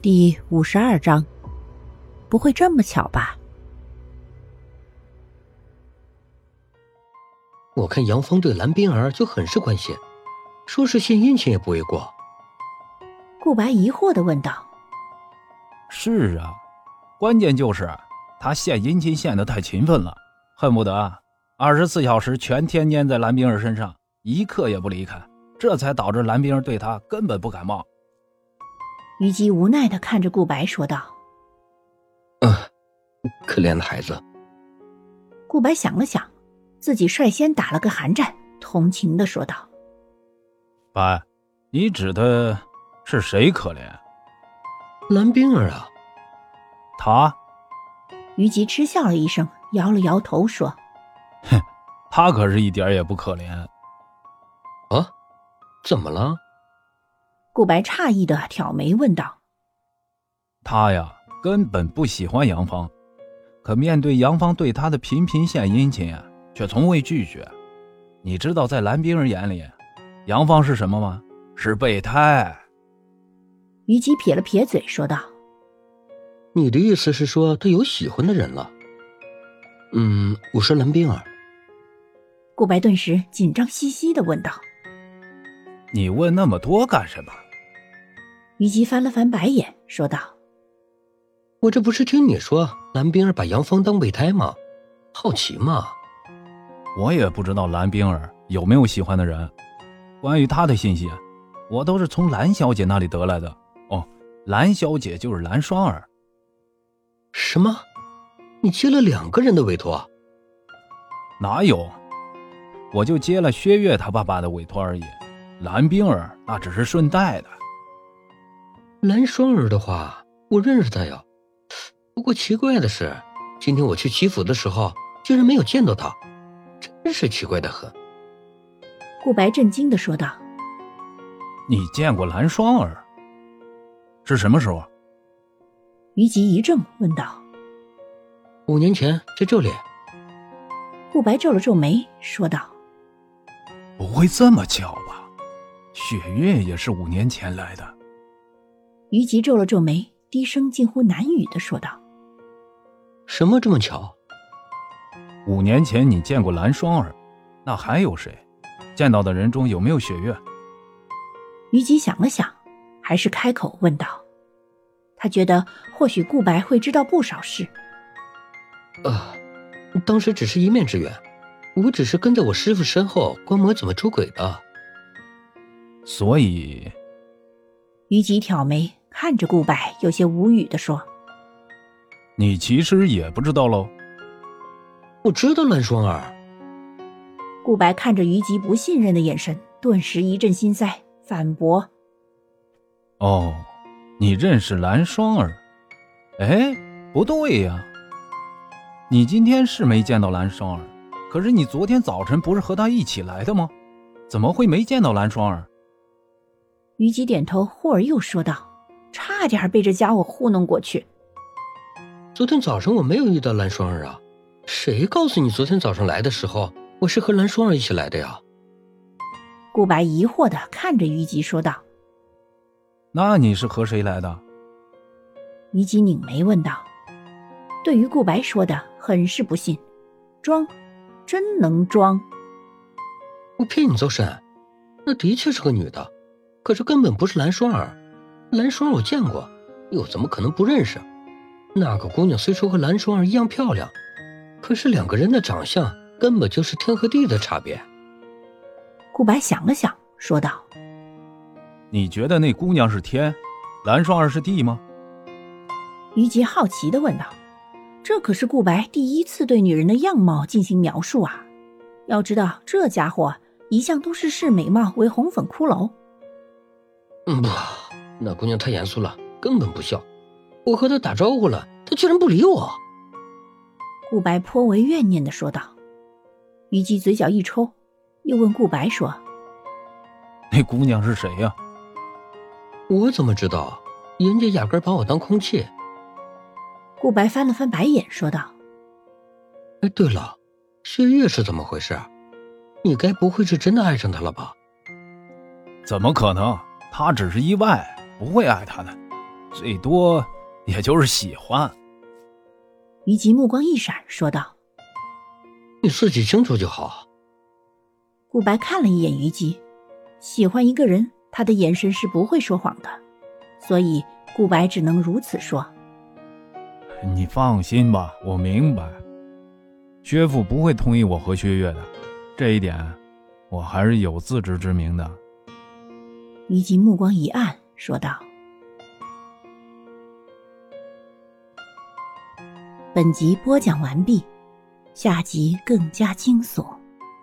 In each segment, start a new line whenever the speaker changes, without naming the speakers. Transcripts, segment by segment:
第五十二章，不会这么巧吧？
我看杨芳对蓝冰儿就很是关心，说是献殷勤也不为过。
顾白疑惑的问道：“
是啊，关键就是他献殷勤献的太勤奋了，恨不得二十四小时全天粘在蓝冰儿身上，一刻也不离开，这才导致蓝冰儿对他根本不感冒。”
虞姬无奈的看着顾白说道：“
啊，可怜的孩子。”
顾白想了想，自己率先打了个寒战，同情的说道：“
白，你指的是谁可怜？
蓝冰儿啊，
他。”
虞姬嗤笑了一声，摇了摇头说：“
哼，他可是一点也不可怜。”
啊，怎么了？
顾白诧异的挑眉问道：“
他呀，根本不喜欢杨芳，可面对杨芳对他的频频献殷勤啊，却从未拒绝。你知道，在蓝冰儿眼里，杨芳是什么吗？是备胎。”
虞姬撇了撇嘴说道：“
你的意思是说他有喜欢的人了？嗯，我说蓝冰儿。”
顾白顿时紧张兮兮的问道。
你问那么多干什么？
虞姬翻了翻白眼，说道：“
我这不是听你说蓝冰儿把杨芳当备胎吗？好奇嘛。
我也不知道蓝冰儿有没有喜欢的人，关于她的信息，啊我都是从蓝小姐那里得来的。哦，蓝小姐就是蓝双儿。
什么？你接了两个人的委托？
哪有？我就接了薛岳他爸爸的委托而已。”蓝冰儿那只是顺带的，
蓝双儿的话，我认识她呀。不过奇怪的是，今天我去祈福的时候，竟然没有见到她，真是奇怪的很。
顾白震惊的说道：“
你见过蓝双儿？是什么时候？”啊
于吉一怔，问道：“
五年前，在这里。”
顾白皱了皱眉，说道：“
不会这么巧吧？”雪月也是五年前来的。
于吉皱了皱眉，低声近乎难语的说道：“
什么这么巧？
五年前你见过蓝双儿，那还有谁？见到的人中有没有雪月？”
于吉想了想，还是开口问道：“他觉得或许顾白会知道不少事。”“
啊，当时只是一面之缘，我只是跟在我师傅身后观摩怎么出轨的。”
所以，
虞姬挑眉看着顾白，有些无语的说：“
你其实也不知道喽。”
我知道蓝双儿。
顾白看着虞姬不信任的眼神，顿时一阵心塞，反驳：“
哦，你认识蓝双儿？哎，不对呀、啊，你今天是没见到蓝双儿，可是你昨天早晨不是和她一起来的吗？怎么会没见到蓝双儿？”
虞姬点头，忽而又说道：“差点被这家伙糊弄过去。
昨天早上我没有遇到蓝双儿啊，谁告诉你昨天早上来的时候我是和蓝双儿一起来的呀？”
顾白疑惑的看着虞姬说道：“
那你是和谁来的？”
虞姬拧眉问道，对于顾白说的很是不信，装，真能装。
不骗你邹神，那的确是个女的。可是根本不是蓝双儿，蓝双儿我见过，又怎么可能不认识？那个姑娘虽说和蓝双儿一样漂亮，可是两个人的长相根本就是天和地的差别。
顾白想了想，说道：“
你觉得那姑娘是天，蓝双儿是地吗？”
于杰好奇的问道：“这可是顾白第一次对女人的样貌进行描述啊！要知道，这家伙一向都是视美貌为红粉骷髅。”
嗯不，那姑娘太严肃了，根本不笑。我和她打招呼了，她居然不理我。
顾白颇为怨念的说道。虞姬嘴角一抽，又问顾白说：“
那姑娘是谁呀、啊？”
我怎么知道？人家压根把我当空气。
顾白翻了翻白眼，说道：“
哎，对了，薛岳是怎么回事？啊你该不会是真的爱上他了吧？”
怎么可能？他只是意外，不会爱他的。最多也就是喜欢。
于吉目光一闪，说道
你自己清楚就好。：“
顾白看了一眼于吉，喜欢一个人，他的眼神是不会说谎的，所以顾白只能如此说。
你放心吧，我明白，薛父不会同意我和薛岳的，这一点我还是有自知之明的。”
于吉目光一暗，说道：“本集播讲完毕，下集更加惊悚，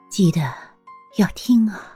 记得要听啊。”